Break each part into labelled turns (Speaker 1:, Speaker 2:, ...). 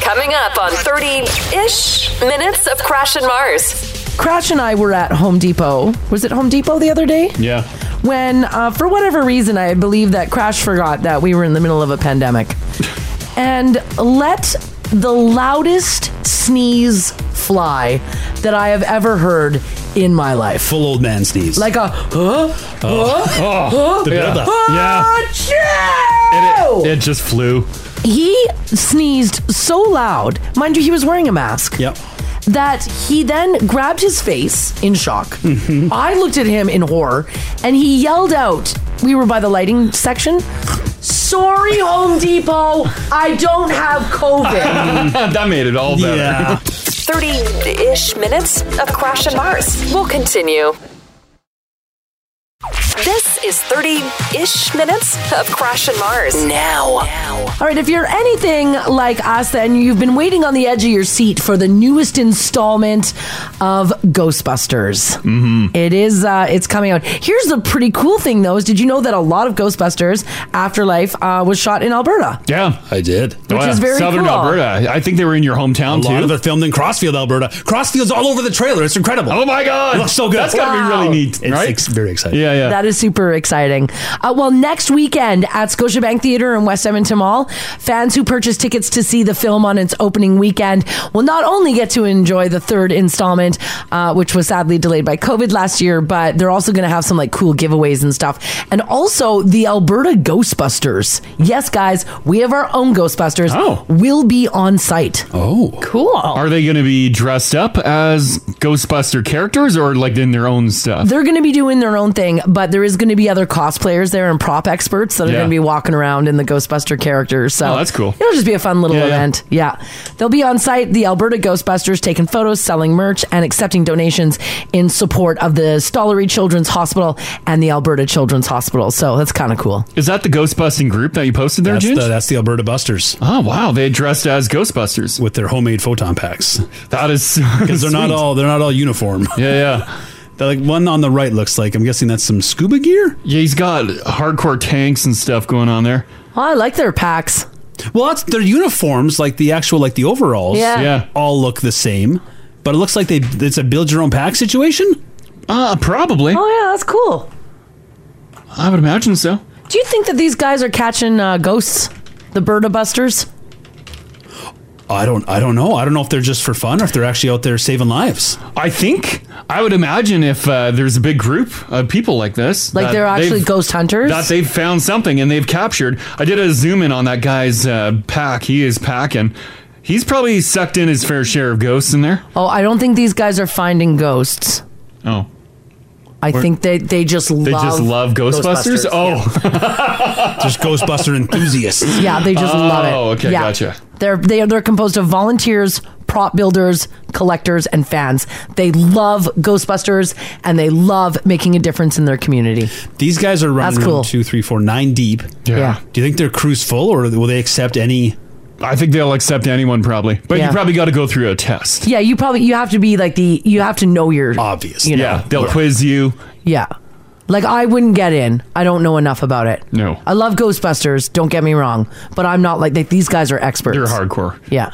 Speaker 1: Coming up on 30 ish minutes of Crash and Mars.
Speaker 2: Crouch and I were at Home Depot. Was it Home Depot the other day?
Speaker 3: Yeah.
Speaker 2: When, uh, for whatever reason, I believe that Crash forgot that we were in the middle of a pandemic and let the loudest sneeze fly that I have ever heard in my life.
Speaker 4: Full old man sneeze.
Speaker 2: Like a, huh?
Speaker 3: Oh,
Speaker 2: Huh?
Speaker 3: oh, the
Speaker 2: Huh?
Speaker 3: buildup.
Speaker 2: Ah, Joe!
Speaker 3: It just flew.
Speaker 2: he sneezed so loud, mind you, he was wearing a mask.
Speaker 4: Yep.
Speaker 2: That he then grabbed his face in shock. I looked at him in horror, and he yelled out. We were by the lighting section. Sorry, Home Depot, I don't have COVID.
Speaker 3: Uh, that made it all better.
Speaker 4: Yeah.
Speaker 1: 30 ish minutes of Crash and Mars. We'll continue. This is 30 ish minutes of Crash and Mars. Now.
Speaker 2: All right, if you're anything like us, then you've been waiting on the edge of your seat for the newest installment of Ghostbusters. Mm-hmm. is. Uh, it's coming out. Here's the pretty cool thing, though: is did you know that a lot of Ghostbusters Afterlife uh, was shot in Alberta?
Speaker 3: Yeah.
Speaker 4: I did.
Speaker 3: Oh, yeah.
Speaker 2: is very
Speaker 3: Southern
Speaker 2: cool.
Speaker 3: Alberta. I think they were in your hometown
Speaker 4: A lot
Speaker 3: too.
Speaker 4: of it filmed in Crossfield, Alberta. Crossfield's all over the trailer. It's incredible.
Speaker 3: oh my god,
Speaker 4: It looks so good.
Speaker 3: That's gotta
Speaker 2: Wow.
Speaker 3: be really neat,
Speaker 4: It's
Speaker 3: right?
Speaker 4: ex- very exciting.
Speaker 3: yeah, yeah.
Speaker 2: That is super exciting. Uh, well, next weekend at Scotiabank Theatre in West Edmonton Mall, fans who purchase tickets to see the film on its opening weekend will not only get to enjoy the third installment, uh, which was sadly delayed by COVID last year, but they're also going to have some like cool giveaways and stuff. And also the Alberta Ghostbusters. Yes, guys, we have our own Ghostbusters.
Speaker 3: Oh.
Speaker 2: Will be on site.
Speaker 4: Oh.
Speaker 2: Cool.
Speaker 3: Are they going to be dressed up as Ghostbuster characters or like in their own stuff?
Speaker 2: they're going to be doing their own thing, but there is going to be other cosplayers there and prop experts that are
Speaker 3: Yeah.
Speaker 2: going to be walking around in the Ghostbuster characters. So
Speaker 3: Oh, that's cool.
Speaker 2: It'll just be a fun little
Speaker 3: Yeah, yeah.
Speaker 2: event. Yeah. They'll be on site, the Alberta Ghostbusters, taking photos, selling merch, and accepting donations in support of the Stollery Children's Hospital and the Alberta Children's Hospital. So that's kind of cool.
Speaker 3: Is that the Ghostbusting group that you posted there,
Speaker 4: That's the,
Speaker 3: June?
Speaker 4: that's the Alberta Busters
Speaker 3: oh wow, they dressed as Ghostbusters.
Speaker 4: with their homemade photon packs.
Speaker 3: That is
Speaker 4: Because they're not
Speaker 3: sweet.
Speaker 4: all they're not all uniform.
Speaker 3: Yeah, yeah,
Speaker 4: They're like one on the right looks like I'm guessing that's some scuba gear.
Speaker 3: yeah. He's got hardcore tanks and stuff going on there.
Speaker 2: Well, I like their packs.
Speaker 4: Well, that's their uniforms, like the actual like the overalls,
Speaker 2: Yeah.
Speaker 3: Yeah.
Speaker 4: all look the same. But it looks like they it's a build your own pack situation.
Speaker 3: Uh, probably.
Speaker 2: Oh, yeah, that's cool.
Speaker 3: I would imagine so.
Speaker 2: Do you think that these guys are catching uh, ghosts, the Berta Busters?
Speaker 4: I don't I don't know. I don't know if they're just for fun or if they're actually out there saving lives.
Speaker 3: I think I would imagine if uh, there's a big group of people like this,
Speaker 2: Like
Speaker 3: that
Speaker 2: they're actually
Speaker 3: they've-
Speaker 2: ghost hunters?
Speaker 3: that they've found something and they've captured. I did a zoom in on that guy's uh, pack. He is packing. He's probably sucked in his fair share of ghosts in there.
Speaker 2: oh, I don't think these guys are finding ghosts.
Speaker 3: Oh,
Speaker 2: I think they they just love
Speaker 3: they just love Ghostbusters. Oh,
Speaker 4: There's Ghostbuster enthusiasts.
Speaker 2: yeah, they just love it.
Speaker 3: Oh, okay,
Speaker 2: yeah.
Speaker 3: gotcha.
Speaker 2: They're they are, they're composed of volunteers, prop builders, collectors, and fans. They love Ghostbusters and they love making a difference in their community.
Speaker 4: These guys are running
Speaker 2: That's cool.
Speaker 4: around two, three, four, nine deep.
Speaker 2: Yeah.
Speaker 4: Do you think their crew's full or will they accept any
Speaker 3: Oh, I think they'll accept anyone probably, but
Speaker 2: Yeah.
Speaker 3: you probably got to go through a test.
Speaker 2: Yeah, you probably you have to be like the you have to know your
Speaker 3: Ah.
Speaker 4: obvious?
Speaker 2: You know.
Speaker 3: Yeah, they'll quiz you.
Speaker 2: yeah. Like I wouldn't get in. I don't know enough about it.
Speaker 3: No.
Speaker 2: I love Ghostbusters, don't get me wrong, but I'm not like they, these guys are experts.
Speaker 3: They're hardcore.
Speaker 2: Yeah.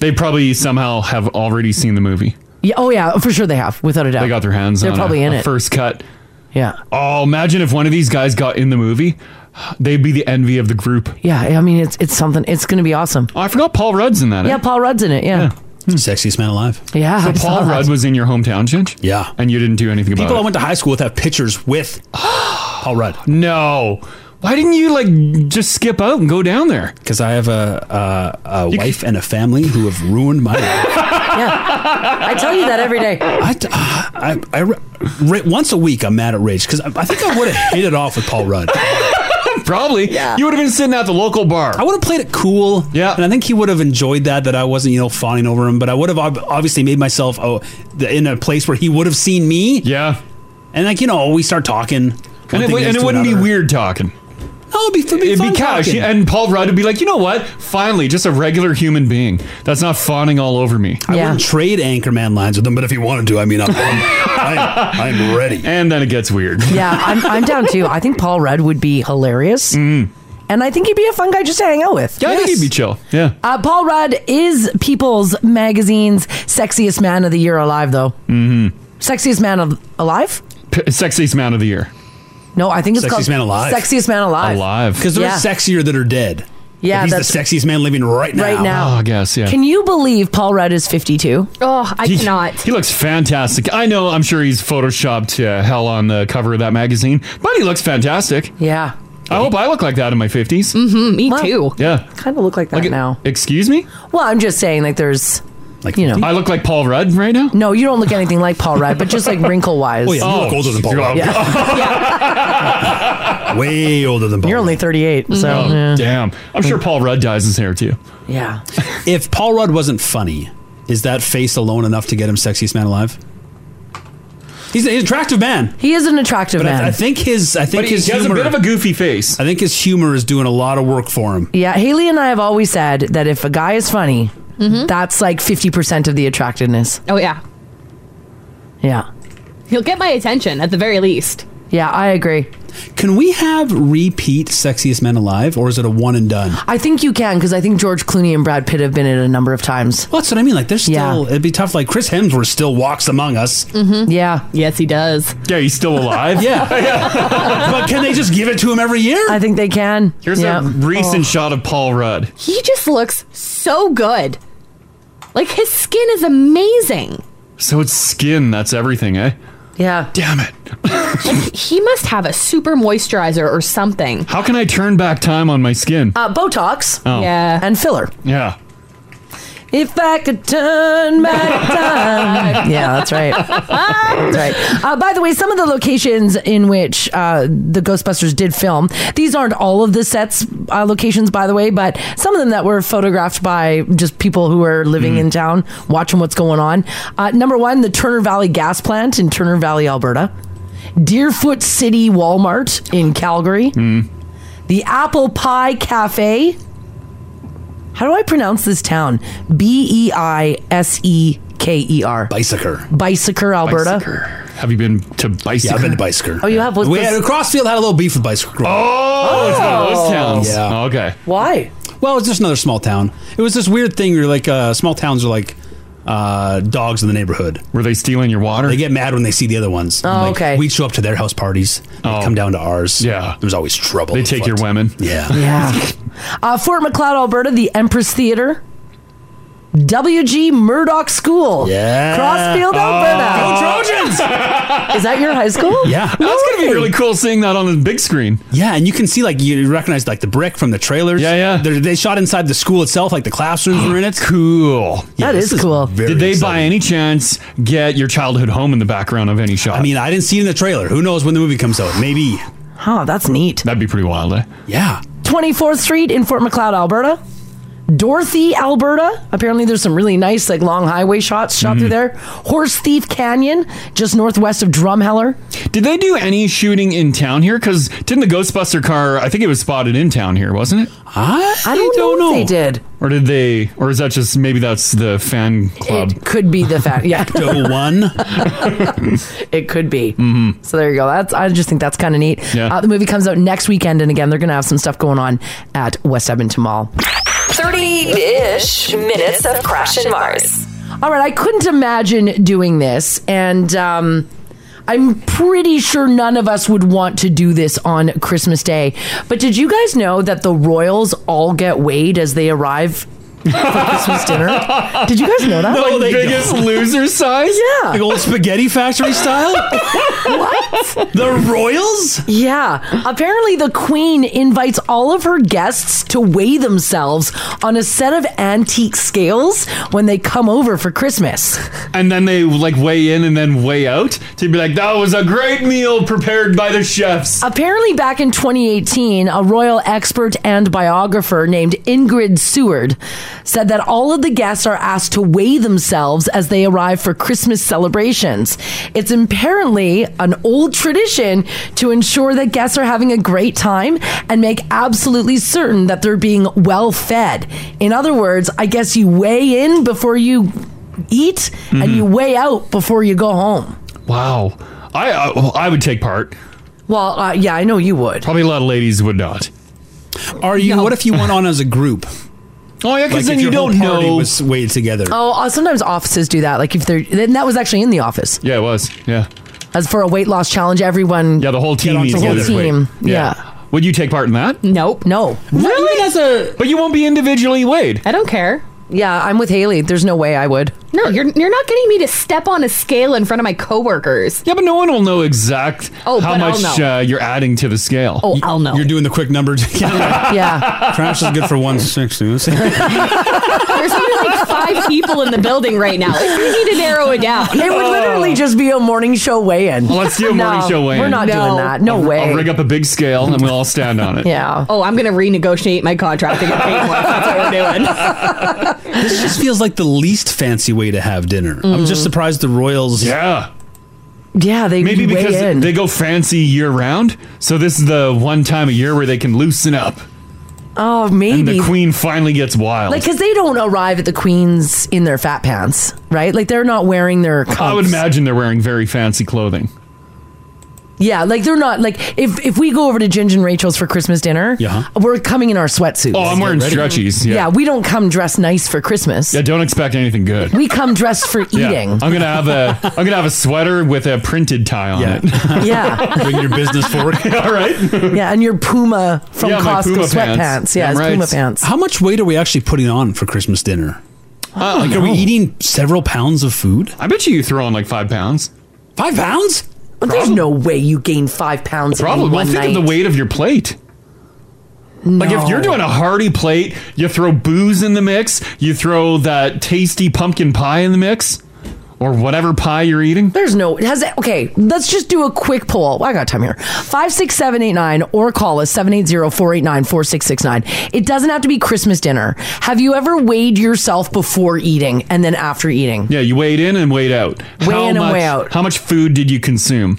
Speaker 3: They probably somehow have already seen the movie.
Speaker 2: yeah. Oh yeah, for sure they have, without a doubt.
Speaker 3: They got their hands.
Speaker 2: They're
Speaker 3: on
Speaker 2: probably
Speaker 3: a,
Speaker 2: in
Speaker 3: a
Speaker 2: it.
Speaker 3: First cut.
Speaker 2: Yeah.
Speaker 3: Oh, imagine if one of these guys got in the movie, they'd be the envy of the group.
Speaker 2: Yeah, I mean it's it's something. It's going to be awesome.
Speaker 3: Oh, I forgot Paul Rudd's in that. eh?
Speaker 2: Yeah, Paul Rudd's in it. Yeah,
Speaker 4: Sexiest man alive.
Speaker 2: yeah. I
Speaker 3: So
Speaker 2: saw
Speaker 3: Paul
Speaker 2: that.
Speaker 3: Rudd was in your hometown, Ginge?
Speaker 4: Yeah.
Speaker 3: And you didn't do anything about
Speaker 4: People I
Speaker 3: it?
Speaker 4: went to high school with have pictures with Paul Rudd.
Speaker 3: no. Why didn't you, like, just skip out and go down there?
Speaker 4: Because I have a, a, a wife and a family who have ruined my life.
Speaker 2: I tell you that every day.
Speaker 4: I, uh, I, I, Ra- once a week, I'm mad at Rage because I, I think I would have hit it off with Paul Rudd. I
Speaker 3: Probably. You would have been sitting at the local bar.
Speaker 4: would have played it cool.
Speaker 3: Yeah.
Speaker 4: And I think he would have enjoyed that, that I wasn't, you know, fawning over him. But I would have ob- obviously made myself oh, the, in a place where he would have seen me.
Speaker 3: yeah.
Speaker 4: And, like, you know, we start talking. One
Speaker 3: And it,
Speaker 4: thing
Speaker 3: would-
Speaker 4: leads
Speaker 3: and it
Speaker 4: to
Speaker 3: wouldn't be
Speaker 4: another.
Speaker 3: weird talking.
Speaker 4: No, it'd be, it'd be
Speaker 3: It'd
Speaker 4: fun
Speaker 3: be cash.
Speaker 4: talking.
Speaker 3: And Paul Rudd would be like, you know what? Finally, just a regular human being that's not fawning all over me.
Speaker 4: I
Speaker 2: Yeah.
Speaker 4: wouldn't trade Anchorman lines with him, but if he wanted to, I mean, I'm, I'm, I'm, I'm ready.
Speaker 3: And then it gets weird.
Speaker 2: Yeah, I'm, I'm down too. I think Paul Rudd would be hilarious. And I think he'd be a fun guy just to hang out with.
Speaker 3: Mm. Yeah, I think he'd be chill. Yeah.
Speaker 2: Uh, Paul Rudd is People's Magazine's sexiest man of the year alive, though.
Speaker 3: Mm-hmm.
Speaker 2: Sexiest man al- alive?
Speaker 3: P- sexiest man of the year.
Speaker 2: No, I think it's called
Speaker 4: Sexiest man alive.
Speaker 2: Sexiest man alive.
Speaker 4: Because they're
Speaker 2: Yeah.
Speaker 4: sexier that are dead.
Speaker 2: Yeah,
Speaker 4: But he's
Speaker 2: that's-
Speaker 4: the sexiest man living right now.
Speaker 2: Right now. Oh, I
Speaker 3: guess, yeah.
Speaker 2: Can you believe Paul Rudd is 52?
Speaker 5: Oh, I
Speaker 3: He-
Speaker 5: cannot.
Speaker 3: He looks fantastic. I know. I'm sure he's photoshopped to hell on the cover of that magazine, but he looks fantastic.
Speaker 2: Yeah.
Speaker 3: I hope I look like that in my 50s.
Speaker 5: Mm-hmm. Me
Speaker 2: too.
Speaker 3: Yeah.
Speaker 2: Kind of look like that
Speaker 3: Like,
Speaker 2: now.
Speaker 3: Excuse me?
Speaker 2: Well, I'm just saying, like, there's, like, you know.
Speaker 3: I look like Paul Rudd right now?
Speaker 2: No, you don't look anything like Paul Rudd, but just like wrinkle
Speaker 4: Oh,
Speaker 2: wise.
Speaker 4: Way older than Paul.
Speaker 2: You're only 38, so.
Speaker 3: Oh,
Speaker 4: Mm-hmm.
Speaker 2: yeah.
Speaker 3: damn. I'm sure Paul Rudd dyes his hair too.
Speaker 2: Yeah.
Speaker 4: if Paul Rudd wasn't funny, is that face alone enough to get him sexiest man alive? He's an attractive man.
Speaker 2: He is an attractive
Speaker 4: But I-
Speaker 2: man.
Speaker 4: I, think his I think
Speaker 3: But he
Speaker 4: his
Speaker 3: has a
Speaker 4: humor,
Speaker 3: bit of a goofy face.
Speaker 4: I think his humor is doing a lot of work for him.
Speaker 2: Yeah, Haley and I have always said that if a guy is funny, that's like 50% of the attractiveness.
Speaker 5: Oh yeah,
Speaker 2: Yeah.
Speaker 5: he'll get my attention at the very least.
Speaker 2: Yeah, I agree.
Speaker 4: Can we have repeat sexiest men alive, or is it a one and done?
Speaker 2: I think you can because I think George Clooney and Brad Pitt have been in a number of times.
Speaker 4: Well, that's what I mean. Like, there's still it'd be tough. Like Chris Hemsworth still walks among us.
Speaker 5: Mm-hmm.
Speaker 2: Yeah.
Speaker 5: Yes, he does.
Speaker 3: Yeah, he's still alive.
Speaker 4: yeah. but can they just give it to him every year?
Speaker 2: I think they can.
Speaker 3: Here's a recent shot of Paul Rudd.
Speaker 5: He just looks so good. Like his skin is amazing.
Speaker 3: So it's skin, that's everything, eh?
Speaker 2: Yeah.
Speaker 3: Damn it.
Speaker 5: Like he must have a super moisturizer or something.
Speaker 3: How can I turn back time on my skin?
Speaker 2: Uh, Botox.
Speaker 3: Oh.
Speaker 5: Yeah.
Speaker 2: And filler.
Speaker 3: Yeah.
Speaker 2: If I could turn back time. yeah, that's right. That's right. Uh, by the way, some of the locations in which uh, the Ghostbusters did film, these aren't all of the sets uh, locations, by the way, but some of them that were photographed by just people who were living in town, watching what's going on. Uh, number one, the Turner Valley Gas Plant in Turner Valley, Alberta. Deerfoot City Walmart in Calgary. The Apple Pie Cafe. How do I pronounce this town? B E I S E K E R.
Speaker 4: Bicycle.
Speaker 2: Bicycle, Alberta.
Speaker 3: Have you been to Bicycle?
Speaker 4: Yeah, I've been to Bicycle.
Speaker 2: Oh, you have? What's
Speaker 4: we
Speaker 2: this-
Speaker 4: had, Crossfield had a little beef with Bicycle. Grove.
Speaker 3: Oh, it's one of those towns. Oh,
Speaker 4: Yeah.
Speaker 3: okay.
Speaker 2: Why?
Speaker 4: Well, it's just another small town. It was this weird thing. You're like, uh, small towns are like uh, dogs in the neighborhood.
Speaker 3: Were they stealing your water?
Speaker 4: They get mad when they see the other ones.
Speaker 2: Oh,
Speaker 4: Like,
Speaker 2: okay.
Speaker 4: We'd show up to their house parties. They'd
Speaker 3: Oh.
Speaker 4: come down to ours.
Speaker 3: Yeah.
Speaker 4: There's always trouble.
Speaker 3: They take your
Speaker 4: Fucked.
Speaker 3: women.
Speaker 4: Yeah.
Speaker 2: Yeah. uh, Fort McLeod, Alberta, the Empress Theater. W.G. Murdoch School.
Speaker 4: Yeah.
Speaker 2: Crossfield, Alberta.
Speaker 4: Trojans!
Speaker 2: Is that your high school?
Speaker 4: yeah.
Speaker 3: That's gonna be really cool seeing that on the big screen.
Speaker 4: Yeah, and you can see like you recognize like the brick from the trailers.
Speaker 3: Yeah, yeah.
Speaker 4: They're, they shot inside the school itself, like the classrooms were in it.
Speaker 3: Cool.
Speaker 4: Yeah,
Speaker 2: That
Speaker 4: this
Speaker 2: is cool.
Speaker 4: very
Speaker 3: Did they by
Speaker 4: exciting.
Speaker 3: any chance get your childhood home in the background of any shot?
Speaker 4: I mean, I didn't see it in the trailer. Who knows when the movie comes out? Maybe.
Speaker 2: Huh, that's neat.
Speaker 3: that'd be pretty wild, eh?
Speaker 4: Yeah.
Speaker 2: 24th Street in Fort McLeod, Alberta. Dorothy, Alberta. Apparently, there's some really nice, like, long highway shots shot through there. Horse Thief Canyon, just northwest of Drumheller.
Speaker 3: Did they do any shooting in town here? Because didn't the Ghostbuster car? I think it was spotted in town here, wasn't it?
Speaker 4: I,
Speaker 2: I don't,
Speaker 4: don't
Speaker 2: know,
Speaker 4: know.
Speaker 2: if they did.
Speaker 3: Or did they? Or is that just maybe that's the fan club?
Speaker 2: It could be the fact. Yeah,
Speaker 4: Ecto one. Oh,
Speaker 2: it could be. Mm-hmm. So there you go. That's. I just think that's kind of neat.
Speaker 3: Yeah.
Speaker 2: Uh, the movie comes out next weekend, and again, they're going to have some stuff going on at West Edmonton Mall.
Speaker 1: 30-ish minutes of Crash and Mars.
Speaker 2: All right, I couldn't imagine doing this, and um, I'm pretty sure none of us would want to do this on Christmas Day. But did you guys know that the royals all get weighed as they arrive for Christmas dinner? Did you guys know that?
Speaker 4: No, they
Speaker 3: Biggest loser size.
Speaker 4: Like
Speaker 2: Yeah.
Speaker 4: old spaghetti factory style?
Speaker 2: What?
Speaker 4: the Royals?
Speaker 2: Yeah. Apparently, the Queen invites all of her guests to weigh themselves on a set of antique scales when they come over for Christmas.
Speaker 3: And then they like weigh in and then weigh out to be like, that was a great meal prepared by the chefs.
Speaker 2: Apparently, back in 2018, a royal expert and biographer named Ingrid Seward said that all of the guests are asked to weigh themselves as they arrive for Christmas celebrations. It's apparently an old tradition to ensure that guests are having a great time and make absolutely certain that they're being well fed. In other words, I guess you weigh in before you eat and you weigh out before you go home.
Speaker 3: Wow. I I, I would take part.
Speaker 2: Well, uh, yeah, I know you would.
Speaker 3: Probably a lot of ladies would not.
Speaker 4: Are you? What if you went on as a group?
Speaker 3: Oh yeah,
Speaker 2: 'cause then you don't know.
Speaker 4: Was weighed together.
Speaker 2: Oh, uh, sometimes offices do that. Like if they're, and that was actually in the office.
Speaker 3: Yeah, it was. Yeah.
Speaker 2: As for a weight loss challenge, everyone. Yeah,
Speaker 3: the whole team
Speaker 2: The
Speaker 3: needs to
Speaker 2: whole
Speaker 3: lose weight.
Speaker 2: team.
Speaker 3: Yeah.
Speaker 2: yeah.
Speaker 3: Would you take part in that?
Speaker 5: Nope.
Speaker 2: No.
Speaker 5: Really? Even as a.
Speaker 3: But you won't be individually weighed.
Speaker 5: I don't care.
Speaker 2: Yeah, I'm with Haley. There's no way I would.
Speaker 5: No, you're you're not getting me to step on a scale in front of my coworkers.
Speaker 3: Yeah, but no one will know exact
Speaker 5: Oh,
Speaker 3: how
Speaker 5: but I'll
Speaker 3: much uh,
Speaker 5: know.
Speaker 3: you're adding to the scale.
Speaker 5: Oh, I'll know.
Speaker 4: You're doing the quick number.
Speaker 2: yeah.
Speaker 4: Trash is good for one sixty. That's
Speaker 5: There's only like five people in the building right now. Like, we need to narrow it down.
Speaker 2: It would literally just be a morning show weigh-in.
Speaker 3: Well, let's do a morning
Speaker 2: No,
Speaker 3: show weigh-in.
Speaker 2: We're not doing
Speaker 5: No.
Speaker 2: that. No
Speaker 3: I'll-
Speaker 2: way.
Speaker 3: I'll rig up a big scale and we'll all stand on it.
Speaker 2: yeah.
Speaker 5: Oh, I'm gonna renegotiate my contract and get paid more. if That's what we're doing.
Speaker 4: This just feels like the least fancy way to have dinner. I'm
Speaker 2: Mm.
Speaker 4: just surprised the Royals.
Speaker 3: Yeah.
Speaker 2: Yeah, they
Speaker 3: Maybe
Speaker 2: weigh
Speaker 3: because
Speaker 2: in.
Speaker 3: they go fancy year round, so this is the one time a year where they can loosen up,
Speaker 2: oh,
Speaker 3: and
Speaker 2: maybe.
Speaker 3: the queen finally gets wild.
Speaker 2: Like, because they don't arrive at the Queen's in their fat pants, right? Like, they're not wearing their. Cups.
Speaker 3: I would imagine they're wearing very fancy clothing.
Speaker 2: Yeah, like they're not like if if we go over to Ginger and Rachel's for Christmas dinner,
Speaker 3: Yeah.
Speaker 2: we're coming in our sweatsuits.
Speaker 3: Oh, I'm wearing
Speaker 4: ready.
Speaker 3: stretchies. Yeah.
Speaker 2: yeah, we don't come dressed nice for Christmas.
Speaker 3: Yeah, don't expect anything good.
Speaker 2: We come dressed for
Speaker 3: Yeah.
Speaker 2: eating.
Speaker 3: I'm gonna have a I'm gonna have a sweater with a printed tie on it.
Speaker 2: Yeah.
Speaker 4: Bring your business forward.
Speaker 3: all right.
Speaker 2: Yeah, and your Puma from
Speaker 3: Yeah, my
Speaker 2: Costco
Speaker 3: Puma
Speaker 2: sweatpants.
Speaker 3: pants.
Speaker 2: Yeah,
Speaker 3: Damn
Speaker 2: it's
Speaker 3: right.
Speaker 2: Puma pants.
Speaker 4: How much weight are we actually putting on for Christmas dinner?
Speaker 3: Uh,
Speaker 4: Like, are we eating several pounds of food?
Speaker 3: I bet you you throw on like five pounds.
Speaker 4: Five pounds?
Speaker 2: But there's no way you gain five pounds.
Speaker 3: Probably.
Speaker 2: In
Speaker 3: Well,
Speaker 2: one
Speaker 3: think
Speaker 2: night.
Speaker 3: of the weight of your plate. Like if you're
Speaker 2: No.
Speaker 3: doing a hearty plate, you throw booze in the mix, you throw that tasty pumpkin pie in the mix, or whatever pie you're eating.
Speaker 2: There's no has it, okay. Let's just do a quick poll. Well, I got time here. Five six seven eight nine or call us 780-489-4669. It doesn't have to be Christmas dinner. Have you ever weighed yourself before eating and then after eating?
Speaker 3: Yeah, you weighed in and weighed out.
Speaker 2: Weigh in and
Speaker 3: much,
Speaker 2: weigh out.
Speaker 3: How much food did you consume?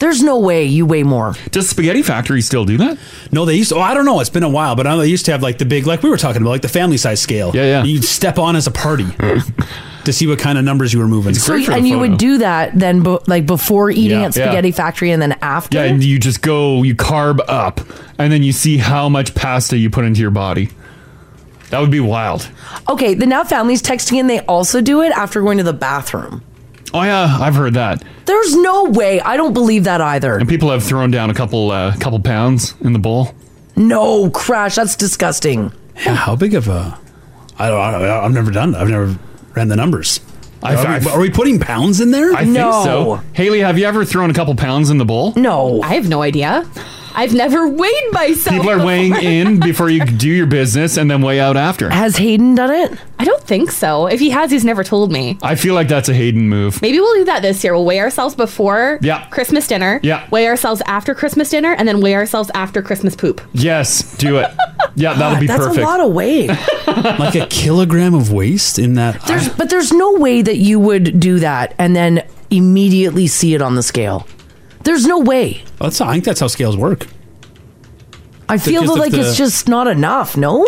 Speaker 2: There's no way you weigh more.
Speaker 3: Does Spaghetti Factory still do that?
Speaker 4: No, they used to. Oh, I don't know. It's been a while, but I know they used to have like the big, like we were talking about, like the family size scale.
Speaker 3: Yeah, yeah.
Speaker 4: You'd step on as a party to see what kind of numbers you were moving.
Speaker 2: So
Speaker 3: Great for the
Speaker 2: and you
Speaker 3: photo.
Speaker 2: would do that then be, like before eating
Speaker 3: Yeah.
Speaker 2: at Spaghetti
Speaker 3: Yeah.
Speaker 2: Factory and then after.
Speaker 3: Yeah, and you just go, you carb up, and then you see how much pasta you put into your body. That would be wild.
Speaker 2: Okay, the now families texting in, they also do it after going to the bathroom.
Speaker 3: Oh yeah, I've heard that.
Speaker 2: There's no way. I don't believe that either.
Speaker 3: And people have thrown down a couple uh, couple pounds in the bowl.
Speaker 2: No, Crash, that's disgusting.
Speaker 4: Yeah, how big of a? I don't. I don't I've never done. that. I've never ran the numbers.
Speaker 3: I-
Speaker 4: are, we,
Speaker 3: I-
Speaker 4: are we putting pounds in there?
Speaker 3: I think so.
Speaker 2: No.
Speaker 3: Haley, have you ever thrown a couple pounds in the bowl?
Speaker 2: No.
Speaker 5: I have no idea. I've never weighed myself.
Speaker 3: People are
Speaker 5: before.
Speaker 3: weighing in before you do your business and then weigh out after.
Speaker 2: Has Hayden done it?
Speaker 5: I don't think so. If he has, he's never told me.
Speaker 3: I feel like that's a Hayden move.
Speaker 5: Maybe we'll do that this year. We'll weigh ourselves before
Speaker 3: Yeah.
Speaker 5: Christmas dinner.
Speaker 3: Yeah.
Speaker 5: Weigh ourselves after Christmas dinner, and then weigh ourselves after Christmas poop.
Speaker 3: Yes, do it. Yeah, that'll be
Speaker 2: That's
Speaker 3: perfect.
Speaker 2: a lot of weight.
Speaker 4: like a kilogram of waste in that.
Speaker 2: There's, but there's no way that you would do that and then immediately see it on the scale. There's no way.
Speaker 4: I, that's. I think that's how scales work.
Speaker 2: I feel
Speaker 4: Because of
Speaker 2: like
Speaker 4: the-
Speaker 2: it's just not enough. No.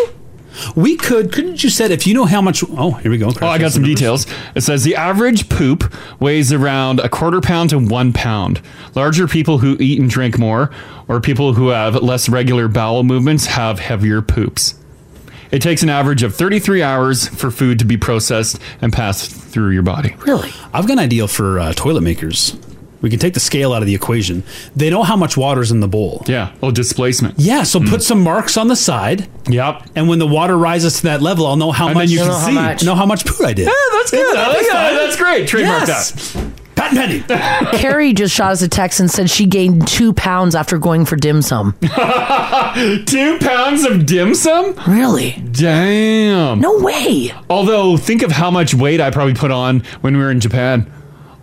Speaker 4: We could. Couldn't you said if you know how much? Oh, here we go.
Speaker 3: Oh, I got some details. It says the average poop weighs around a quarter pound to one pound. Larger people who eat and drink more, or people who have less regular bowel movements, have heavier poops. It takes an average of 33 hours for food to be processed and passed through your body.
Speaker 2: Really?
Speaker 4: I've got an idea for uh, toilet makers. We can take the scale out of the equation. They know how much water's in the bowl.
Speaker 3: Yeah. Oh, displacement.
Speaker 4: Yeah, so
Speaker 3: Hmm.
Speaker 4: put some marks on the side,
Speaker 3: Yep.
Speaker 4: and when the water rises to that level, I'll know how
Speaker 3: And
Speaker 4: much
Speaker 3: then you
Speaker 2: You'll know
Speaker 3: can
Speaker 2: how
Speaker 3: see.
Speaker 2: much.
Speaker 4: know how much poo I did.
Speaker 3: that's good. I like that. That's great. Trademark that.
Speaker 4: yes. Patent pending.
Speaker 2: Carrie just shot us a text and said she gained two pounds after going for dim sum.
Speaker 3: Two pounds of dim sum?
Speaker 2: Really?
Speaker 3: Damn.
Speaker 2: No way.
Speaker 3: Although, think of how much weight I probably put on when we were in Japan.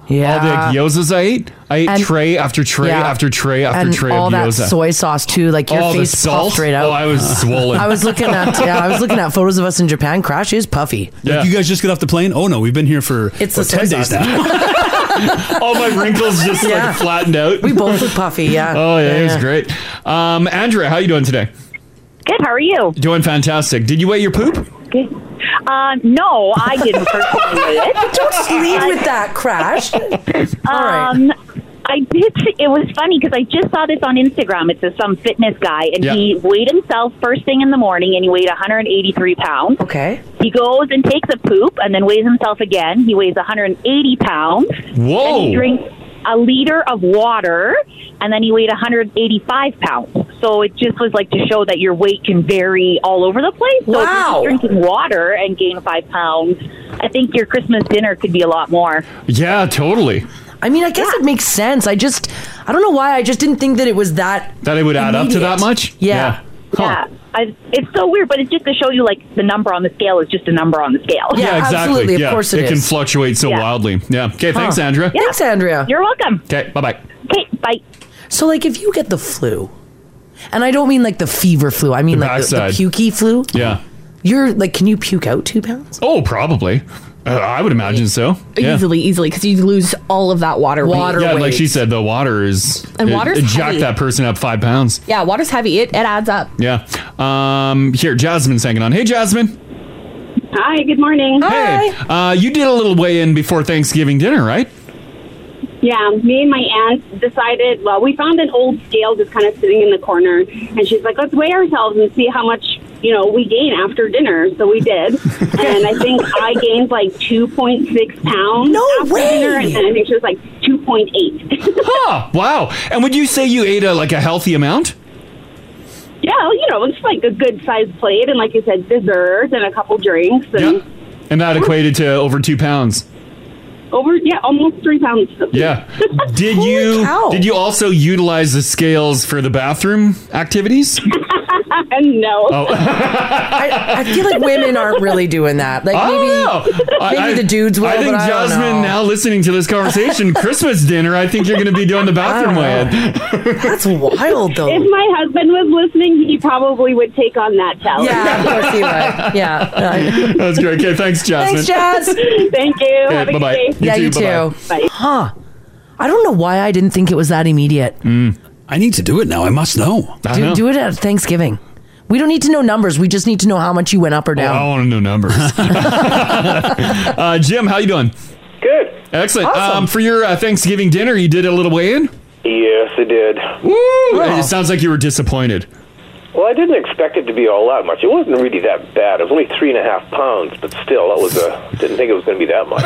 Speaker 3: All the
Speaker 2: Yeah.
Speaker 3: gyozas I ate, I ate
Speaker 2: And-
Speaker 3: tray after tray
Speaker 2: Yeah.
Speaker 3: after tray after
Speaker 2: and
Speaker 3: tray
Speaker 2: all
Speaker 3: of
Speaker 2: that
Speaker 3: gyoza.
Speaker 2: soy sauce too. Like your
Speaker 3: all the
Speaker 2: face
Speaker 3: salt.
Speaker 2: puffed right out.
Speaker 3: Oh, I was swollen.
Speaker 2: I was looking at yeah, I was looking at photos of us in Japan. Crash is puffy.
Speaker 3: Yeah.
Speaker 4: Like you guys just get off the plane? Oh no, we've been here for,
Speaker 2: It's
Speaker 4: for
Speaker 2: the soy
Speaker 4: ten days
Speaker 2: sauce.
Speaker 4: now.
Speaker 3: all my wrinkles just
Speaker 2: Yeah.
Speaker 3: like flattened out.
Speaker 2: We both look puffy. Yeah.
Speaker 3: oh yeah, it was great. Um, Andrea, how you doing today?
Speaker 6: Good. How are you?
Speaker 3: Doing fantastic. Did you weigh your poop?
Speaker 6: Good. Uh, no, I didn't personally weigh it.
Speaker 2: Don't lead with that, Crash. All right.
Speaker 6: Um, I did. It was funny because I just saw this on Instagram. It's a, some fitness guy, and
Speaker 3: Yeah.
Speaker 6: he weighed himself first thing in the morning, and he weighed 183 pounds.
Speaker 2: Okay.
Speaker 6: He goes and takes a poop, and then weighs himself again. He weighs 180 pounds.
Speaker 3: Whoa.
Speaker 6: And he drinks a liter of water, and then he weighed 185 pounds. So it just was like to show that your weight can vary all over the place. So if you
Speaker 2: Wow.
Speaker 6: keep drinking water and gain five pounds, I think your Christmas dinner could be a lot more.
Speaker 3: Yeah, totally.
Speaker 2: I mean, I guess it makes sense. I just, I don't know why. I just didn't think that it was that.
Speaker 3: That it would add up to
Speaker 2: Immediate.
Speaker 3: that much?
Speaker 2: Yeah.
Speaker 3: Huh.
Speaker 6: Yeah, I, it's so weird, but it's just to show you like the number on the scale is just a number on the scale.
Speaker 2: Yeah.
Speaker 3: Yeah, exactly.
Speaker 2: absolutely. Of
Speaker 3: Yeah.
Speaker 2: course it
Speaker 3: can
Speaker 2: is.
Speaker 3: fluctuate so
Speaker 6: Yeah.
Speaker 3: wildly. Yeah. Okay, thanks, Andrea.
Speaker 2: Thanks, Andrea.
Speaker 6: You're welcome.
Speaker 3: Okay, bye bye.
Speaker 6: Okay, bye.
Speaker 2: So, like, if you get the flu, and I don't mean like the fever flu, I mean
Speaker 3: The
Speaker 2: like the, the
Speaker 3: backside.
Speaker 2: pukey flu.
Speaker 3: Yeah.
Speaker 2: You're like, can you puke out two pounds?
Speaker 3: Oh, probably. Uh, I would imagine so. Yeah.
Speaker 5: Easily, easily, because you lose all of that water. weight.
Speaker 2: Water.
Speaker 3: Yeah, and like she
Speaker 2: weight.
Speaker 3: said, the water is
Speaker 5: And
Speaker 3: it-
Speaker 5: water's
Speaker 3: it jacked
Speaker 5: heavy.
Speaker 3: that person up five pounds.
Speaker 5: Yeah, water's heavy. It, it adds up.
Speaker 3: Yeah. Um. Here, Jasmine's hanging on. Hey, Jasmine.
Speaker 7: Hi, good morning.
Speaker 3: Hey. Uh, you did a little weigh in before Thanksgiving dinner, right?
Speaker 7: Yeah, me and my aunt decided, well, we found an old scale just kind of sitting in the corner, and she's like, let's weigh ourselves and see how much, you know, we gain after dinner. So we did. and I think I gained like 2.6 pounds
Speaker 2: No
Speaker 7: after
Speaker 2: way!
Speaker 7: dinner, and then I think she was like 2.8.
Speaker 3: Huh. Ah, Wow. And would you say you ate a like a healthy amount?
Speaker 7: yeah, well, you know, it's like a good sized plate, and like you said, dessert and a couple drinks, and
Speaker 3: And that equated to over two pounds.
Speaker 7: over, yeah, almost three pounds.
Speaker 3: Yeah. Did you
Speaker 2: cow.
Speaker 3: did you also utilize the scales for the bathroom activities?
Speaker 7: And no.
Speaker 2: I, I feel like women aren't really doing that. Like
Speaker 3: I
Speaker 2: maybe
Speaker 3: don't know.
Speaker 2: maybe the dudes will,
Speaker 3: I think
Speaker 2: but I don't
Speaker 3: Jasmine,
Speaker 2: know.
Speaker 3: now listening to this conversation, Christmas dinner, I think you're going to be doing the bathroom
Speaker 2: I don't
Speaker 3: weigh-in.
Speaker 2: that's wild
Speaker 7: If
Speaker 2: though.
Speaker 7: my husband was listening, he probably would take on that challenge.
Speaker 2: Yeah, of course he would. Yeah.
Speaker 3: That's great. Okay, thanks, Jasmine.
Speaker 2: Thanks, Jazz.
Speaker 7: Thank you. Have
Speaker 3: Okay,
Speaker 7: a good
Speaker 3: bye-bye.
Speaker 7: day.
Speaker 2: yeah, you
Speaker 3: bye-bye.
Speaker 2: too.
Speaker 7: Bye.
Speaker 2: Huh. I don't know why I didn't think it was that immediate.
Speaker 4: I need to do it now. I must know.
Speaker 3: I
Speaker 2: Dude,
Speaker 3: know.
Speaker 2: do it at Thanksgiving. We don't need to know numbers. We just need to know how much you went up or
Speaker 3: Oh, I
Speaker 2: down.
Speaker 3: want to know numbers. uh, Jim, how you doing?
Speaker 8: Good.
Speaker 3: Excellent.
Speaker 2: Awesome.
Speaker 3: Um, for your uh, Thanksgiving dinner, you did a little weigh-in.
Speaker 8: Yes, it did.
Speaker 3: Woo! It sounds like you were disappointed.
Speaker 8: Well, I didn't expect it to be all that much. It wasn't really that bad. It was only three and a half pounds, but still, that was a. Didn't think it was going to be that much.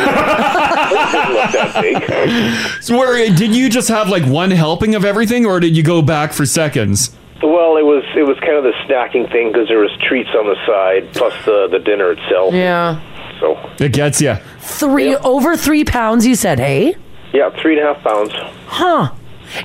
Speaker 8: it didn't look that big.
Speaker 3: So, where did you just have like one helping of everything, or did you go back for seconds?
Speaker 8: Well, it was it was kind of the snacking thing because there was treats on the side, plus the the dinner itself.
Speaker 2: Yeah.
Speaker 8: So,
Speaker 3: It gets you.
Speaker 2: Three over three pounds, you said, hey?
Speaker 8: yeah, three and a half pounds.
Speaker 2: Huh.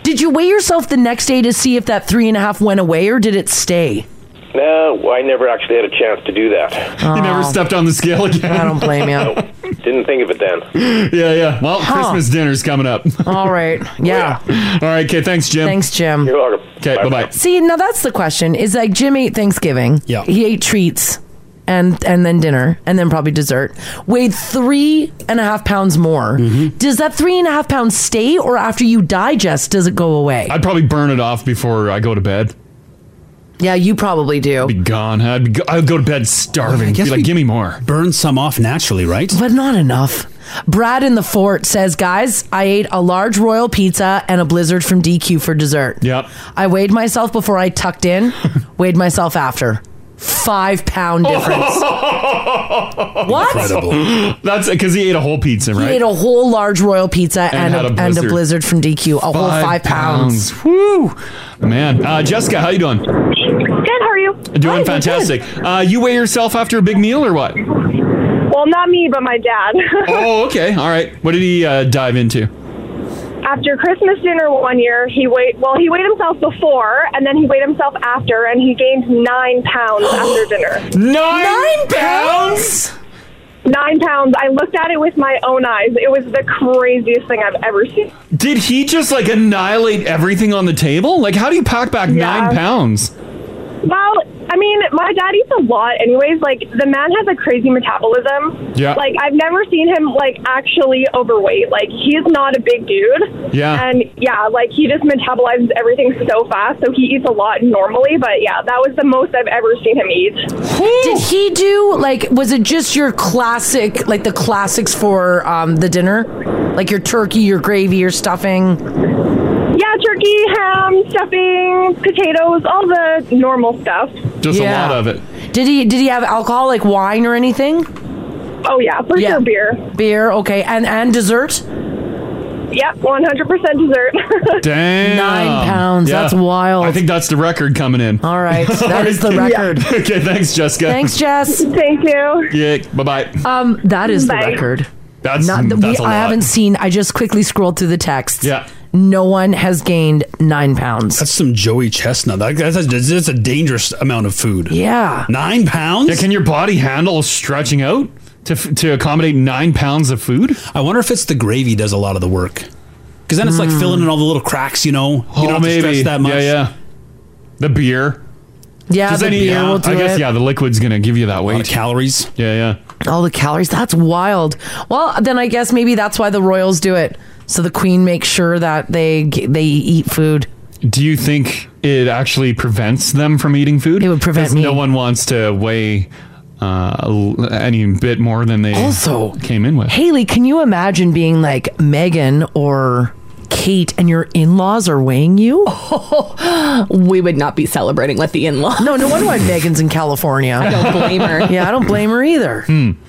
Speaker 2: Did you weigh yourself the next day to see if that three and a half went away or did it stay?
Speaker 8: No, I never actually had a chance to do that.
Speaker 3: You
Speaker 2: Oh.
Speaker 3: never stepped on the scale
Speaker 2: I
Speaker 3: again.
Speaker 2: don't blame you.
Speaker 8: Didn't think of it then.
Speaker 3: yeah, yeah. Well, Christmas dinner's coming up.
Speaker 2: All right. Yeah.
Speaker 3: All right. Okay. Thanks, Jim.
Speaker 2: Thanks, Jim.
Speaker 8: You're welcome.
Speaker 3: Okay. Bye bye.
Speaker 2: See, now that's the question. Is like Jim ate Thanksgiving.
Speaker 4: Yeah.
Speaker 2: He ate treats and and then dinner and then probably dessert. Weighed three and a half pounds more. Does that three and a half pounds stay or after you digest does it go away?
Speaker 3: I'd probably burn it off before I go to bed.
Speaker 2: yeah, you probably do.
Speaker 3: Be gone. I'd, be go- I'd go to bed starving.
Speaker 4: I
Speaker 3: Be
Speaker 4: guess
Speaker 3: like,
Speaker 4: we-
Speaker 3: give me more.
Speaker 4: Burn some off naturally, right?
Speaker 2: but not enough. Brad in the fort says, Guys, I ate a large royal pizza and a blizzard from DQ for dessert.
Speaker 3: Yep.
Speaker 2: I weighed myself before I tucked in, weighed myself after. Five pound difference. what?
Speaker 4: Incredible.
Speaker 3: That's because he ate a whole pizza,
Speaker 2: He
Speaker 3: right?
Speaker 2: ate a whole large royal pizza and,
Speaker 3: had a
Speaker 2: a, and a
Speaker 3: blizzard.
Speaker 2: blizzard from DQ, a whole five pounds.
Speaker 3: Woo, man. Uh, Jessica, how you doing?
Speaker 6: Good. How are you?
Speaker 3: Doing fantastic. Uh, you weigh yourself after a big meal or what?
Speaker 9: Well, not me, but my dad.
Speaker 3: Oh, okay. All right. What did he uh, dive into?
Speaker 9: after Christmas dinner one year, he weighed, well, he weighed himself before, and then he weighed himself after, and he gained nine pounds after dinner.
Speaker 3: Nine, pounds.
Speaker 9: Nine pounds. I looked at it with my own eyes. It was the craziest thing I've ever seen.
Speaker 3: Did he just like annihilate everything on the table? Like, how do you pack back nine pounds?
Speaker 9: Well, I mean, my dad eats a lot, anyways. Like, the man has a crazy metabolism.
Speaker 3: Yeah.
Speaker 9: Like, I've never seen him, like, actually overweight. Like, he's not a big dude.
Speaker 3: Yeah.
Speaker 9: And yeah, like, he just metabolizes everything so fast. So he eats a lot normally. But yeah, that was the most I've ever seen him eat.
Speaker 2: Did he do, like, was it just your classic, like the classics for um, the dinner? Like your turkey, your gravy, your stuffing.
Speaker 9: Yeah, turkey, ham, stuffing, potatoes, all the normal stuff.
Speaker 3: Just
Speaker 2: Yeah.
Speaker 3: a lot of it.
Speaker 2: Did he did he have alcohol like wine or anything?
Speaker 9: Oh yeah, for sure beer.
Speaker 2: Beer, okay. And and dessert?
Speaker 9: Yep, 100% dessert.
Speaker 3: Damn.
Speaker 2: Nine pounds. That's wild.
Speaker 3: I think that's the record coming in.
Speaker 2: All right. That is the record.
Speaker 3: okay, thanks, Jessica.
Speaker 2: Thanks, Jess.
Speaker 9: Thank you.
Speaker 3: Yeah, bye bye.
Speaker 2: Um, that is the
Speaker 9: Bye.
Speaker 2: record.
Speaker 3: That's,
Speaker 2: Not that
Speaker 3: Mm,
Speaker 2: we,
Speaker 3: that's a lot.
Speaker 2: I haven't seen. I just quickly scrolled through the texts.
Speaker 3: Yeah.
Speaker 2: No one has gained nine pounds.
Speaker 4: That's some Joey Chestnut. That- That's a, that's a dangerous amount of food.
Speaker 2: yeah.
Speaker 4: Nine pounds?
Speaker 3: Yeah, can your body handle stretching out to, f- to accommodate nine pounds of food?
Speaker 4: I wonder if it's the gravy does a lot of the work. Because then it's like filling in all the little cracks, you know? Oh, You don't have to stress that much.
Speaker 3: Yeah, yeah. The beer.
Speaker 2: Yeah.
Speaker 3: 'Cause
Speaker 2: The
Speaker 3: then you-
Speaker 2: beer
Speaker 3: yeah,
Speaker 2: will do
Speaker 3: uh, I guess,
Speaker 2: it.
Speaker 3: yeah, the liquid's going to give you that
Speaker 4: A lot of
Speaker 3: weight.
Speaker 4: calories.
Speaker 3: Yeah, yeah.
Speaker 2: All the calories. That's wild. Well, then I guess maybe that's why the royals do it. So the queen makes sure that they g- they eat food.
Speaker 3: Do you think it actually prevents them from eating food?
Speaker 2: It would prevent
Speaker 3: 'Cause
Speaker 2: me.
Speaker 3: No one wants to weigh uh, l- any bit more than they
Speaker 2: Also-
Speaker 3: came in with.
Speaker 2: Haley, can you imagine being like Megan or Kate and your in laws are weighing you?
Speaker 5: We would not be celebrating with the in law.
Speaker 2: No, no wonder why Megan's in California.
Speaker 5: Don't blame her.
Speaker 2: Yeah, I don't blame her either.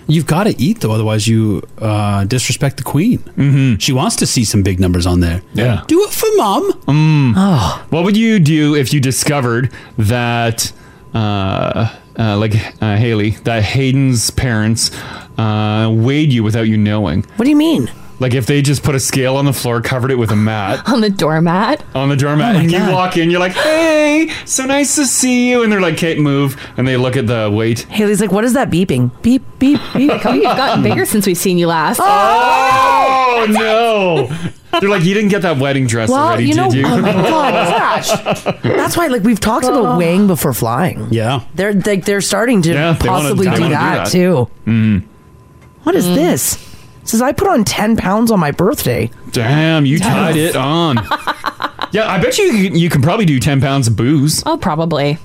Speaker 4: You've got to eat, though, otherwise you uh, disrespect the queen. Mm-hmm. She wants to see some big numbers on there.
Speaker 3: Yeah.
Speaker 4: Do it for mom.
Speaker 3: What would you do if you discovered that, uh, uh, like uh, Haley, that Hayden's parents uh, weighed you without you knowing?
Speaker 2: What do you mean?
Speaker 3: Like if they just put a scale on the floor, covered it with a mat
Speaker 5: On the doormat.
Speaker 3: on the doormat, and you
Speaker 2: Oh God.
Speaker 3: walk in, you're like, "Hey, so nice to see you," and they're like, "Kate, move," and they look at the weight.
Speaker 2: Haley's like, what is that beeping? Beep, beep, beep.
Speaker 5: You've gotten bigger since we've seen you last.
Speaker 3: Oh no! they're like, "You didn't get that wedding dress
Speaker 2: Well,
Speaker 3: already,
Speaker 2: you know,
Speaker 3: did you?"
Speaker 2: oh my god, gosh. That's why, like, we've talked about weighing before flying.
Speaker 4: Yeah.
Speaker 2: They're like they're starting to
Speaker 3: Yeah, they wanna-
Speaker 2: possibly
Speaker 3: they
Speaker 2: do,
Speaker 3: wanna do
Speaker 2: that,
Speaker 3: that. Mm-hmm.
Speaker 2: too. What is this? It says I put on ten pounds on my birthday.
Speaker 3: Damn, you tied it on. yeah, I bet you you can probably do ten pounds of booze,
Speaker 5: oh, probably.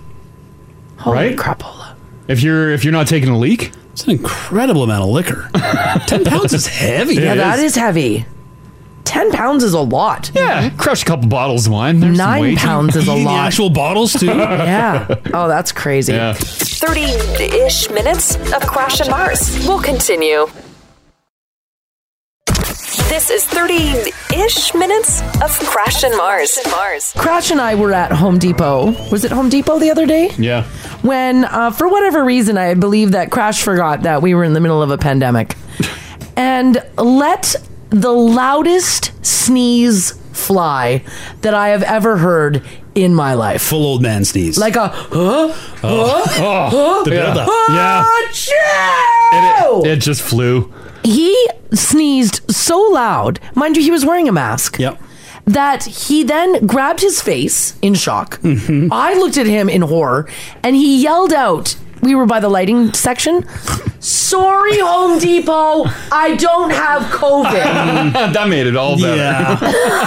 Speaker 2: Holy
Speaker 3: Right?
Speaker 2: crapola!
Speaker 3: If you're if you're not taking a leak,
Speaker 4: It's an incredible amount of liquor. 10 pounds is heavy.
Speaker 2: Yeah,
Speaker 3: It
Speaker 2: that
Speaker 3: is.
Speaker 2: is heavy. Ten pounds is a lot.
Speaker 3: yeah, crush a couple bottles of wine. There's some
Speaker 2: Mm-hmm. Nine
Speaker 3: weight.
Speaker 2: pounds is a
Speaker 4: Eating the
Speaker 2: lot.
Speaker 4: actual bottles, too.
Speaker 2: yeah. Oh, that's crazy.
Speaker 3: Yeah.
Speaker 1: 30 ish minutes of Crash and Mars. We'll continue. This is 30 ish minutes of Crash and Mars. Mars.
Speaker 2: Crash and I were at Home Depot. Was it Home Depot the other day?
Speaker 3: Yeah.
Speaker 2: when, uh, for whatever reason, I believe that Crash forgot that we were in the middle of a pandemic and let the loudest sneeze fly that I have ever heard in my life.
Speaker 4: Full old man sneeze.
Speaker 2: Like a, huh?
Speaker 3: Oh, the
Speaker 4: buildup.
Speaker 3: Yeah.
Speaker 2: Achoo!
Speaker 3: It, it just flew.
Speaker 2: he sneezed so loud, mind you, he was wearing a mask.
Speaker 4: Yep.
Speaker 2: that he then grabbed his face in shock.
Speaker 3: Mm-hmm.
Speaker 2: I looked at him in horror and he yelled out, We were by the lighting section. Sorry, Home Depot, I don't have COVID.
Speaker 3: that made it all better.
Speaker 4: Yeah.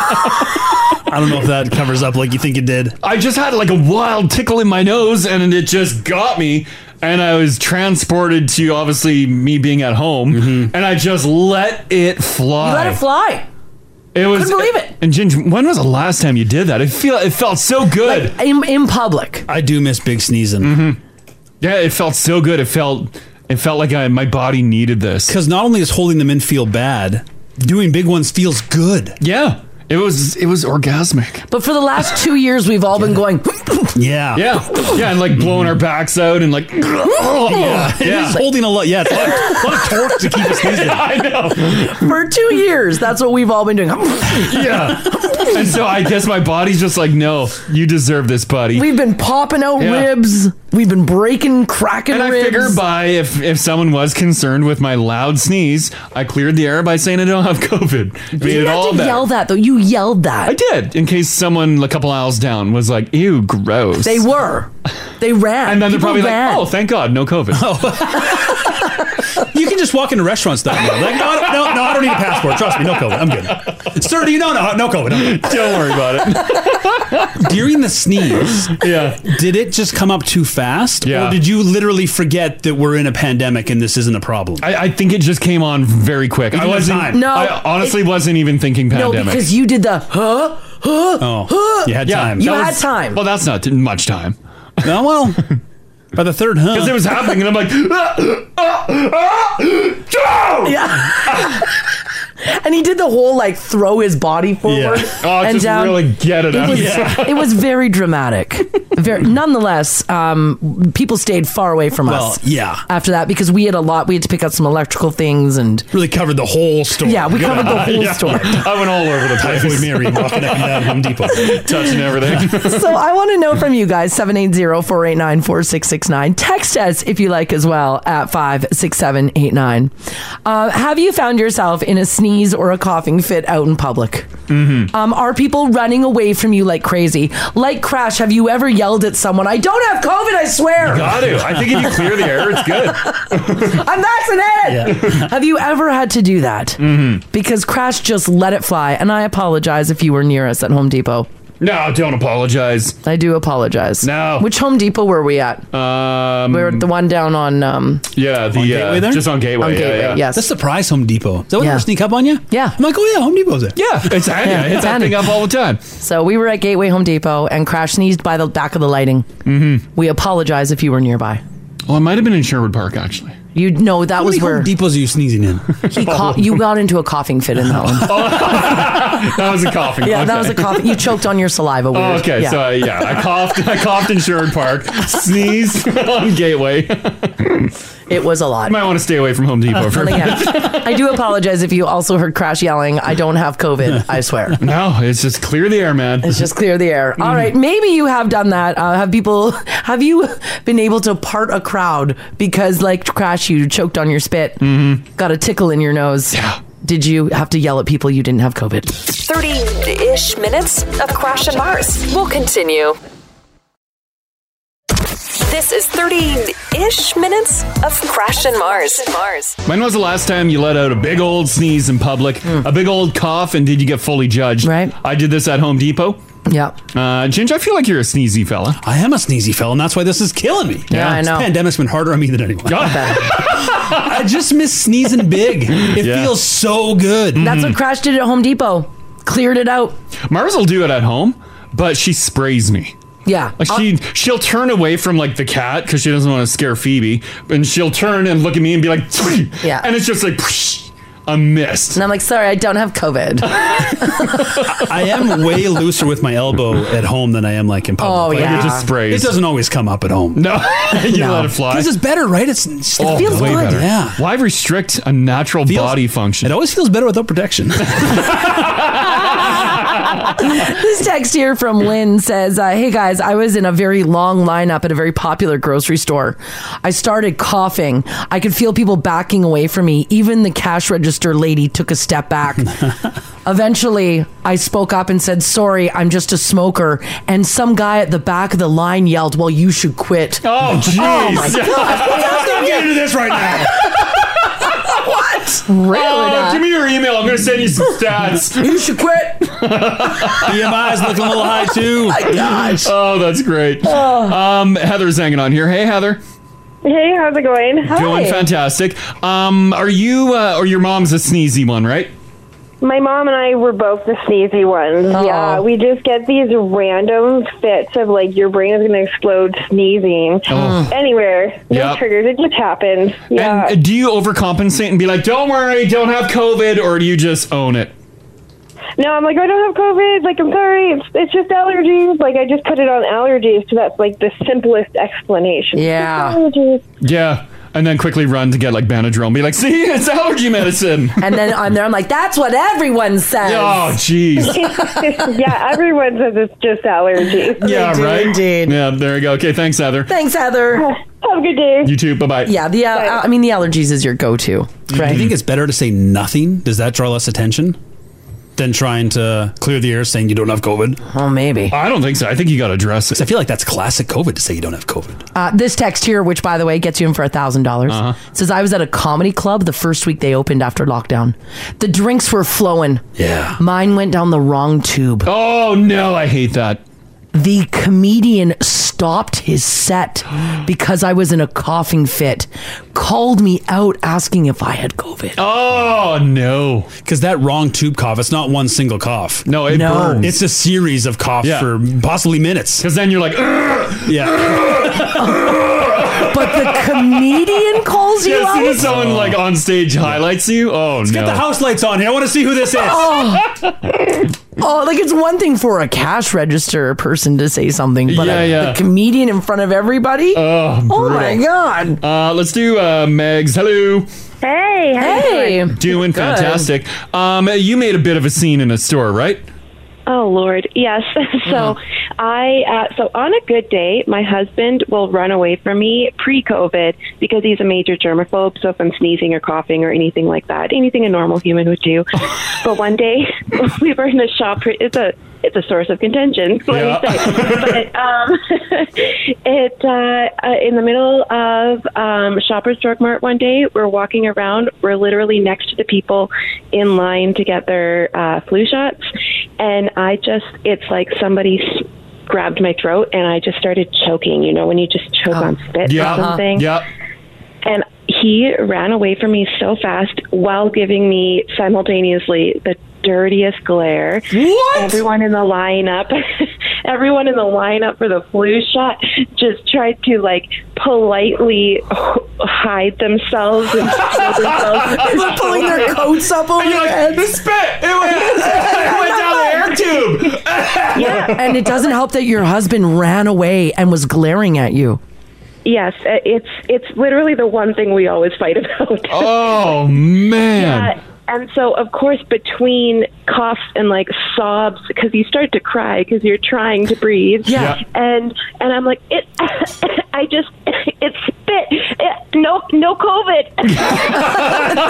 Speaker 4: I don't know if that covers up like you think it did.
Speaker 3: I just had like a wild tickle in my nose and it just got me. And I was transported to obviously me being at home and I just let it fly.
Speaker 2: Let it fly.
Speaker 3: It was
Speaker 2: Couldn't believe it.
Speaker 3: And Ginge, when was the last time you did that? It feel it felt so good.
Speaker 2: In, in public.
Speaker 4: I do miss big sneezing
Speaker 3: yeah, it felt so good. It felt it felt like I, my body needed this.
Speaker 4: because not only is holding them in feel bad, doing big ones feels good.
Speaker 3: Yeah. It was it was orgasmic.
Speaker 2: But for the last two years, we've all been going,
Speaker 4: Yeah,
Speaker 3: Yeah. Yeah, and like blowing our backs out and like yeah.
Speaker 4: It is holding a lot. Yeah, it's a lot, a lot of torque to keep a sneezing.
Speaker 3: I know.
Speaker 2: for two years, that's what we've all been doing.
Speaker 3: Yeah. And so I guess my body's just like, no, you deserve this, buddy.
Speaker 2: We've been popping out
Speaker 3: Yeah.
Speaker 2: ribs. We've been breaking, cracking
Speaker 3: and I
Speaker 2: ribs.
Speaker 3: figure by if if someone was concerned with my loud sneeze, I cleared the air by saying I don't have COVID. Made
Speaker 2: you
Speaker 3: it
Speaker 2: didn't have
Speaker 3: all
Speaker 2: to
Speaker 3: better.
Speaker 2: yell that, though. You yelled that.
Speaker 3: I did, in case someone a couple aisles down was like, "Ew, gross."
Speaker 2: They were. They ran.
Speaker 3: and then they're
Speaker 2: People
Speaker 3: probably "Oh,
Speaker 2: ran.
Speaker 3: like, "Oh, thank God, no COVID."
Speaker 4: You can just walk into restaurants now. Like, no, I don't- no, no, I don't need a passport. Trust me, no COVID. I'm good. Sir, do you know? No, no COVID. I'm good.
Speaker 3: Don't worry about
Speaker 4: it. During the sneeze,
Speaker 3: yeah,
Speaker 4: did it just come up too fast?
Speaker 3: Yeah.
Speaker 4: Or did you literally forget that we're in a pandemic and this isn't a problem?
Speaker 3: I, I think it just came on very quick.
Speaker 4: You
Speaker 3: I
Speaker 4: didn't have
Speaker 3: wasn't.
Speaker 4: time. No.
Speaker 3: I honestly wasn't even thinking
Speaker 2: No,
Speaker 3: pandemic. Oh,
Speaker 2: because you did the huh, huh, huh.
Speaker 3: Yeah,
Speaker 2: You
Speaker 3: that
Speaker 2: had
Speaker 3: was-
Speaker 2: time.
Speaker 3: Well, that's not t- much time.
Speaker 4: No, well, by the third, huh?
Speaker 3: Because it was happening, and I'm like,
Speaker 2: Yeah. and he did the whole like throw his body forward
Speaker 3: Oh,
Speaker 2: and
Speaker 3: just
Speaker 2: down.
Speaker 3: really get it out.
Speaker 2: was,
Speaker 3: Yeah.
Speaker 2: it was very dramatic. Very, nonetheless, um, people stayed far away from
Speaker 4: Well,
Speaker 2: us.
Speaker 4: yeah.
Speaker 2: After that, because we had a lot, we had to pick up some electrical things and
Speaker 4: really covered the whole store.
Speaker 2: Yeah, we covered the whole
Speaker 3: Yeah.
Speaker 2: store.
Speaker 3: I went all over the place.
Speaker 4: Typhoid Mary walking up and down Home Depot,
Speaker 3: touching everything.
Speaker 2: so I want to know from you guys 780-489-4669. Text us if you like as well at 56789. Uh, have you found yourself in a sneeze or a coughing fit out in public? Mm-hmm. Um, are people running away from you like crazy? Like Crash, have you ever yelled at someone, I don't have COVID, I swear?
Speaker 3: Got to. I think if you clear the air, it's good.
Speaker 2: I'm vaccinated. Have you ever had to do that? Mm-hmm. Because Crash just let it fly. And I apologize if you were near us at Home Depot.
Speaker 3: No, don't apologize.
Speaker 2: I do apologize.
Speaker 3: No.
Speaker 2: Which Home Depot were we at?
Speaker 3: Um,
Speaker 2: we were at the one down on. Um,
Speaker 3: Yeah, the uh, just on Gateway.
Speaker 2: On
Speaker 3: yeah,
Speaker 2: Gateway,
Speaker 3: yeah.
Speaker 2: yes.
Speaker 4: That's the price Home Depot. Is that when
Speaker 2: Yeah.
Speaker 4: they sneak up on you?
Speaker 2: Yeah.
Speaker 4: I'm like, oh yeah, Home Depot's there.
Speaker 3: Yeah, it's handy.
Speaker 2: Yeah,
Speaker 3: I hit
Speaker 2: it's
Speaker 3: that
Speaker 2: handy.
Speaker 3: thing up all the time.
Speaker 2: so we were at Gateway Home Depot and Crash sneezed by the back of the lighting. Mm-hmm. We apologize if you were nearby.
Speaker 3: Well, it might have been in Sherwood Park actually.
Speaker 2: You know that
Speaker 4: How
Speaker 2: was
Speaker 4: many
Speaker 2: where
Speaker 4: Home Depots are you sneezing in?
Speaker 2: he cough you got into a coughing fit in that one.
Speaker 3: That was a coughing.
Speaker 2: Yeah, that was a
Speaker 3: okay.
Speaker 2: coughing. You choked on your saliva. Weird.
Speaker 3: Oh, okay,
Speaker 2: Yeah.
Speaker 3: so uh, yeah, I coughed. I coughed in Sherwood Park. Sneezed on Gateway.
Speaker 2: it was a lot.
Speaker 3: Might want to stay away from Home Depot for a
Speaker 2: But
Speaker 3: minute.
Speaker 2: yeah, I do apologize if you also heard Crash yelling, I don't have COVID, I swear.
Speaker 3: No, it's just clear the air, man.
Speaker 2: It's just clear the air. All right, maybe you have done that. Uh, have people? Have you been able to part a crowd because, like Crash, you choked on your spit, got a tickle in your nose? Yeah. Did you have to yell at people you didn't have COVID?
Speaker 1: 30 ish minutes of Crash and Mars. We'll continue. This is 30 ish minutes of Crash and Mars. Mars.
Speaker 3: When was the last time you let out a big old sneeze in public, a big old cough, and did you get fully judged?
Speaker 2: Hmm. Right.
Speaker 3: I did this at Home Depot.
Speaker 2: Yeah.
Speaker 3: Uh, Ginger, I feel like you're a sneezy fella.
Speaker 4: I am a sneezy fella, and that's why this is killing me.
Speaker 2: Yeah, I
Speaker 4: This
Speaker 2: know.
Speaker 4: pandemic's been harder on me than anyone.
Speaker 3: God.
Speaker 4: I just miss sneezing big. It
Speaker 3: Yeah.
Speaker 4: feels so good.
Speaker 2: That's what Crash did at Home Depot. Cleared it out.
Speaker 3: Mars will do it at home, but she sprays me.
Speaker 2: Yeah.
Speaker 3: Like she she'll turn away from like the cat because she doesn't want to scare Phoebe, and she'll turn and look at me and be like,
Speaker 2: Yeah.
Speaker 3: and it's just like a mist.
Speaker 2: and I'm like, sorry, I don't have COVID.
Speaker 4: I am way looser with my elbow at home than I am like in
Speaker 2: Oh,
Speaker 4: public. Like,
Speaker 2: yeah.
Speaker 3: It just
Speaker 4: It
Speaker 3: sprays.
Speaker 4: doesn't always come up at home.
Speaker 3: no, you let it fly.
Speaker 4: This is better, right? It's, it's
Speaker 3: Oh,
Speaker 2: feels
Speaker 3: way
Speaker 2: good.
Speaker 3: better.
Speaker 4: Yeah.
Speaker 3: Why restrict a natural
Speaker 4: Feels-
Speaker 3: body function?
Speaker 4: It always feels better without protection.
Speaker 2: This text here from Lynn says, uh, Hey guys, I was in a very long lineup at a very popular grocery store. I started coughing. I could feel people backing away from me. Even the cash register lady took a step back. Eventually, I spoke up and said, Sorry, I'm just a smoker. And some guy at the back of the line yelled, Well, you should quit.
Speaker 3: oh, jeez.
Speaker 2: my
Speaker 4: I'm getting into this right now.
Speaker 3: Oh, give me your email. I'm going to send you some stats.
Speaker 2: You should quit.
Speaker 4: BMI's looking a little high too.
Speaker 2: Gosh.
Speaker 3: oh, that's great. Um, Heather's hanging on here. Hey, Heather.
Speaker 9: Hey, how's it going?
Speaker 3: Doing fantastic. Um, are you uh, or your mom's a sneezy one, right?
Speaker 9: My mom and I were both the sneezy ones.
Speaker 2: Oh.
Speaker 9: Yeah, we just get these random fits of like your brain is going to explode sneezing
Speaker 3: Oh.
Speaker 9: anywhere. No
Speaker 3: Yeah.
Speaker 9: triggers. It just happens. Yeah.
Speaker 3: And uh, do you overcompensate and be like, "Don't worry, don't have COVID," or do you just own it?
Speaker 9: no, I'm like, I don't have COVID. Like, I'm sorry. It's, it's just allergies. Like, I just put it on allergies. So that's like the simplest explanation.
Speaker 2: Yeah.
Speaker 9: Just allergies.
Speaker 3: Yeah, and then quickly run to get like Benadryl and be like, "See, it's allergy medicine."
Speaker 2: And then I'm there, I'm like, That's what everyone says.
Speaker 3: oh, jeez.
Speaker 9: yeah, everyone says it's just allergies.
Speaker 3: Yeah, right. Indeed. Yeah, there you go. Okay, thanks, Heather.
Speaker 2: Thanks, Heather.
Speaker 9: Have a good day.
Speaker 3: You too. Bye bye.
Speaker 2: Yeah, the uh, I mean, the allergies is your go to,
Speaker 4: Do
Speaker 2: right?
Speaker 4: you think it's better to say nothing? Does that draw less attention? than trying to clear the air saying you don't have
Speaker 3: Mm-hmm.
Speaker 4: COVID?
Speaker 2: Oh, maybe.
Speaker 3: I don't think so. I think you got to address it.
Speaker 4: I feel like that's classic COVID to say you don't have COVID.
Speaker 2: Uh, this text here, which by the way gets you in for a thousand dollars,
Speaker 3: Uh-huh.
Speaker 2: says I was at a comedy club the first week they opened after lockdown. The drinks were flowing.
Speaker 4: Yeah.
Speaker 2: Mine went down the wrong tube.
Speaker 3: Oh no, I hate that.
Speaker 2: The comedian stopped his set because I was in a coughing fit. Called me out asking if I had COVID.
Speaker 3: Oh no!
Speaker 4: Because that wrong tube cough. It's not one single cough.
Speaker 3: No, it
Speaker 2: No.
Speaker 3: burns.
Speaker 4: It's a series of coughs
Speaker 3: Yeah.
Speaker 4: for possibly minutes.
Speaker 3: Because then you're like, "Ugh."
Speaker 4: Yeah.
Speaker 2: But the comedian calls you
Speaker 3: as soon
Speaker 2: out.
Speaker 3: as someone like on stage highlights you, oh no!
Speaker 4: Get the house lights on here. I want to see who this is.
Speaker 2: Oh, like it's one thing for a cash register person to say something, but
Speaker 3: Yeah,
Speaker 2: a,
Speaker 3: yeah.
Speaker 2: the comedian in front of everybody.
Speaker 3: Oh,
Speaker 2: oh
Speaker 3: brutal.
Speaker 2: my god!
Speaker 3: Uh, let's do uh, Megs. Hello,
Speaker 9: Hey,
Speaker 2: Hey,
Speaker 3: doing fantastic. Um, you made a bit of a scene in a store, right?
Speaker 9: Oh Lord, yes. so I uh, so on a good day, my husband will run away from me pre-COVID because he's a major germaphobe. So if I'm sneezing or coughing or anything like that, anything a normal human would do. but one day we were in a shop. It's a it's a source of contention. Let me
Speaker 3: Yeah.
Speaker 9: say. But um, it uh, uh, in the middle of um, Shoppers Drug Mart one day, we're walking around. We're literally next to the people in line to get their uh, flu shots, and I just it's like somebody s- grabbed my throat, and I just started choking. You know, when you just choke on spit
Speaker 3: Yeah.
Speaker 9: or something,
Speaker 3: Yeah.
Speaker 9: and he ran away from me so fast while giving me simultaneously the dirtiest glare.
Speaker 3: What?
Speaker 9: Everyone in the lineup, everyone in the lineup for the flu shot just tried to like politely hide themselves and cover themselves with their
Speaker 2: they're pulling their coats up over
Speaker 3: You're
Speaker 2: their
Speaker 3: like, the
Speaker 2: heads.
Speaker 3: spit. It went, it went down the air tube.
Speaker 2: And it doesn't help that your husband ran away and was glaring at you.
Speaker 9: Yes, uh, it's it's literally the one thing we always fight about.
Speaker 3: Oh man.
Speaker 9: Uh, and so, of course, between coughs and like sobs, because you start to cry because you're trying to breathe.
Speaker 2: Yeah. Yeah.
Speaker 9: And and I'm like, it. I just it spit. It, no, no COVID.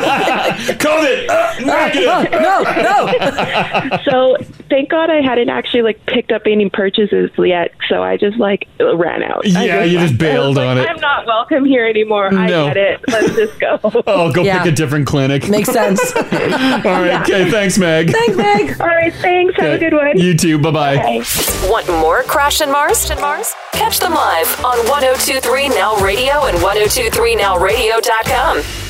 Speaker 3: COVID. Uh,
Speaker 2: Oh,
Speaker 3: negative.
Speaker 2: no, no.
Speaker 9: so thank God I hadn't actually like picked up any purchases yet. So I just like ran out. I
Speaker 3: Yeah, you just
Speaker 9: left. I was
Speaker 3: bailed
Speaker 9: like,
Speaker 3: on it.
Speaker 9: I'm not welcome here anymore. I
Speaker 3: No.
Speaker 9: get it. Let's just go.
Speaker 3: Oh, go
Speaker 2: Yeah.
Speaker 3: pick a different clinic.
Speaker 2: Makes sense.
Speaker 3: All right. Okay. Thanks, Meg.
Speaker 2: Thanks, Meg.
Speaker 9: All right, thanks. Have a good one.
Speaker 3: You too. Bye bye.
Speaker 1: Want more Crash and Mars? And Mars? oh Catch them live on 1023 Now Radio and 1023nowradio.com.